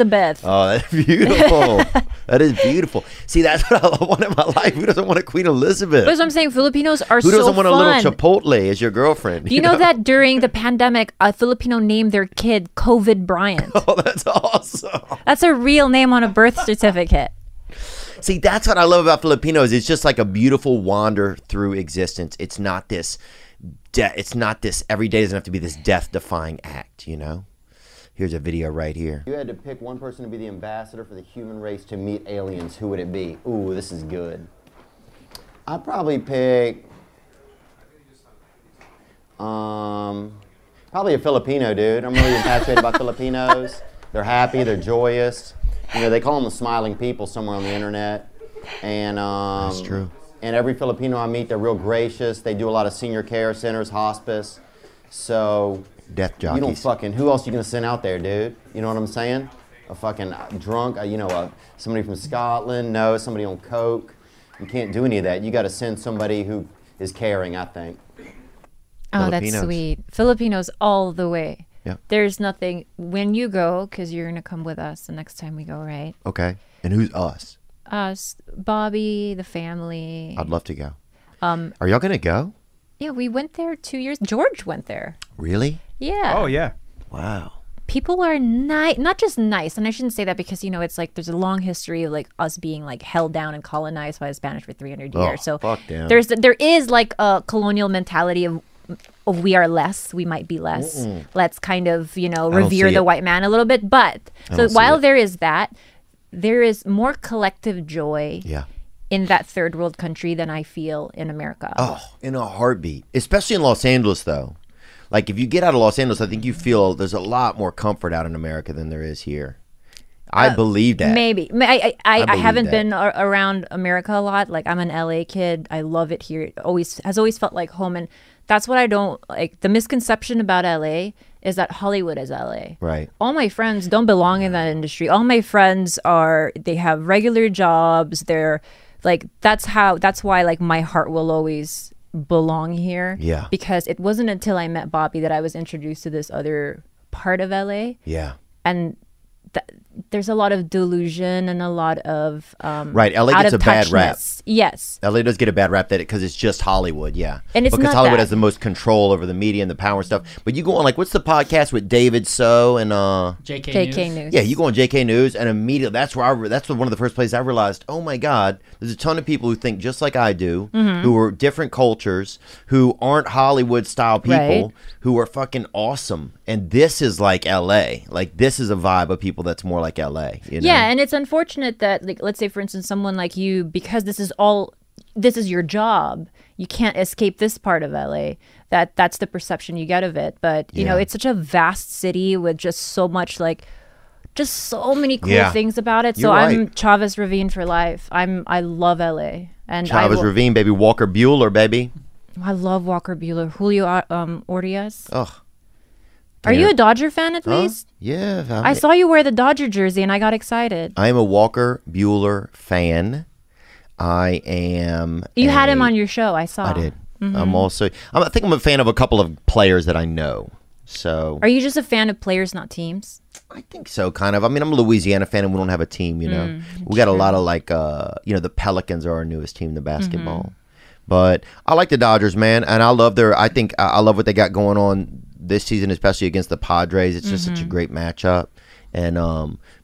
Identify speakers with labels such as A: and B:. A: Elizabeth.
B: Oh, that's beautiful. that is beautiful. See, that's what I want in my life. Who doesn't want a Queen Elizabeth?
A: But as I'm saying, Filipinos are
B: Who
A: so
B: doesn't want
A: fun.
B: a little Chipotle as your girlfriend?
A: Do you know that during the pandemic, a Filipino named their kid COVID Bryant?
B: Oh, that's awesome.
A: That's a real name on a birth certificate.
B: See, that's what I love about Filipinos. It's just like a beautiful wander through existence. It's not this. De- it's not this. Every day doesn't have to be this death-defying act. You know. Here's a video right here.
C: You had to pick one person to be the ambassador for the human race to meet aliens. Who would it be? Ooh, this is good. I'd probably pick. Um, probably a Filipino dude. I'm really infatuated by Filipinos. They're happy. They're joyous. You know, they call them the smiling people somewhere on the internet. And um,
B: That's true.
C: And every Filipino I meet, they're real gracious. They do a lot of senior care centers, hospice. So
B: Death
C: you don't
B: jockeys.
C: fucking. Who else you gonna send out there, dude? You know what I'm saying? A fucking drunk. uh, You know, uh, somebody from Scotland. No, somebody on coke. You can't do any of that. You got to send somebody who is caring. I think.
A: Oh,
B: Filipinos.
A: that's sweet. Filipinos all the way.
B: Yeah.
A: There's nothing when you go because you're gonna come with us the next time we go, right?
B: Okay. And who's us?
A: Us, Bobby, the family.
B: I'd love to go. Um. Are y'all gonna go?
A: yeah, we went there two years. George went there.
B: Really?
A: Yeah.
D: Oh yeah.
B: Wow.
A: people are nice not just nice and i shouldn't say that because you know it's like there's a long history of like us being like held down and colonized by the spanish for 300 years so
B: Oh, fuck them.
A: there's there is like a colonial mentality of of we are less we might be less let's kind of you know
B: don't
A: revere
B: see
A: the
B: it.
A: white man a little bit but so
B: don't see
A: while
B: it.
A: there is that there is more collective joy
B: Yeah.
A: in that third world country than i feel in america
B: Oh, in a heartbeat. Especially in Los Angeles, though. Like, if you get out of Los Angeles, I think you feel there's a lot more comfort out in America than there is here. I
A: Uh,
B: believe that.
A: Maybe. Ma- I, I, I, I
B: believe
A: haven't
B: that.
A: been a- around America a lot. Like I'm an LA kid. I love it here. It always has always felt like home, and that's what I don't like. The misconception about LA is that Hollywood is LA.
B: Right.
A: All my friends don't belong in that industry. All my friends are they have regular jobs. They're like that's how that's why like my heart will always belong here.
B: Yeah.
A: Because it wasn't until I met Bobby that I was introduced to this other part of LA
B: Yeah.
A: and th- there's a lot of delusion and a lot of um,
B: Right, LA
A: out
B: gets
A: of
B: a bad rap.
A: touchness. Yes,
B: LA does get a bad rap that because it's just Hollywood, yeah.
A: And it's
B: because
A: not
B: Hollywood
A: that.
B: has the most control over the media and the power and stuff. But you go on like what's the podcast with David So and uh
E: JK,
A: JK
E: News.
A: News.
B: yeah, you go on JK News and immediately that's where I re- that's one of the first places I realized, oh my God, there's a ton of people who think just like I do,
A: Mm-hmm.
B: who are different cultures, who aren't Hollywood style people,
A: Right.
B: who are fucking awesome. And this is like LA. Like this is a vibe of people that's more like LA. You know?
A: Yeah, and it's unfortunate that, like, let's say, for instance, someone like you, because this is all, this is your job. You can't escape this part of LA. That that's the perception you get of it. But you know,
B: Yeah.
A: it's such a vast city with just so much, like, just so many cool
B: Yeah.
A: things about it. So
B: You're
A: I'm
B: right.
A: Chavez Ravine for life. I'm I love LA, and
B: Chavez
A: I, will-
B: Ravine, baby, Walker Bueller, baby.
A: I love Walker Bueller, Julio uh, um, Urias.
B: Ugh.
A: Are you a Dodger fan at
B: Huh?
A: least?
B: Yeah.
A: I saw you wear the Dodger jersey and I got excited.
B: I am a Walker Bueller fan. I am.
A: You
B: a-
A: had him on your show, I saw.
B: I did. I'm also. I'm, I think I'm a fan of a couple of players that I know. So
A: Are you just a fan of players, not teams?
B: I think so, kind of. I mean, I'm a Louisiana fan, and we don't have a team. You know, we got a lot of like, uh, you know, the Pelicans are our newest team, the basketball. But I like the Dodgers, man, and I love their. I think I I love what they got going on this season, especially against the Padres. It's just such a great matchup, and um,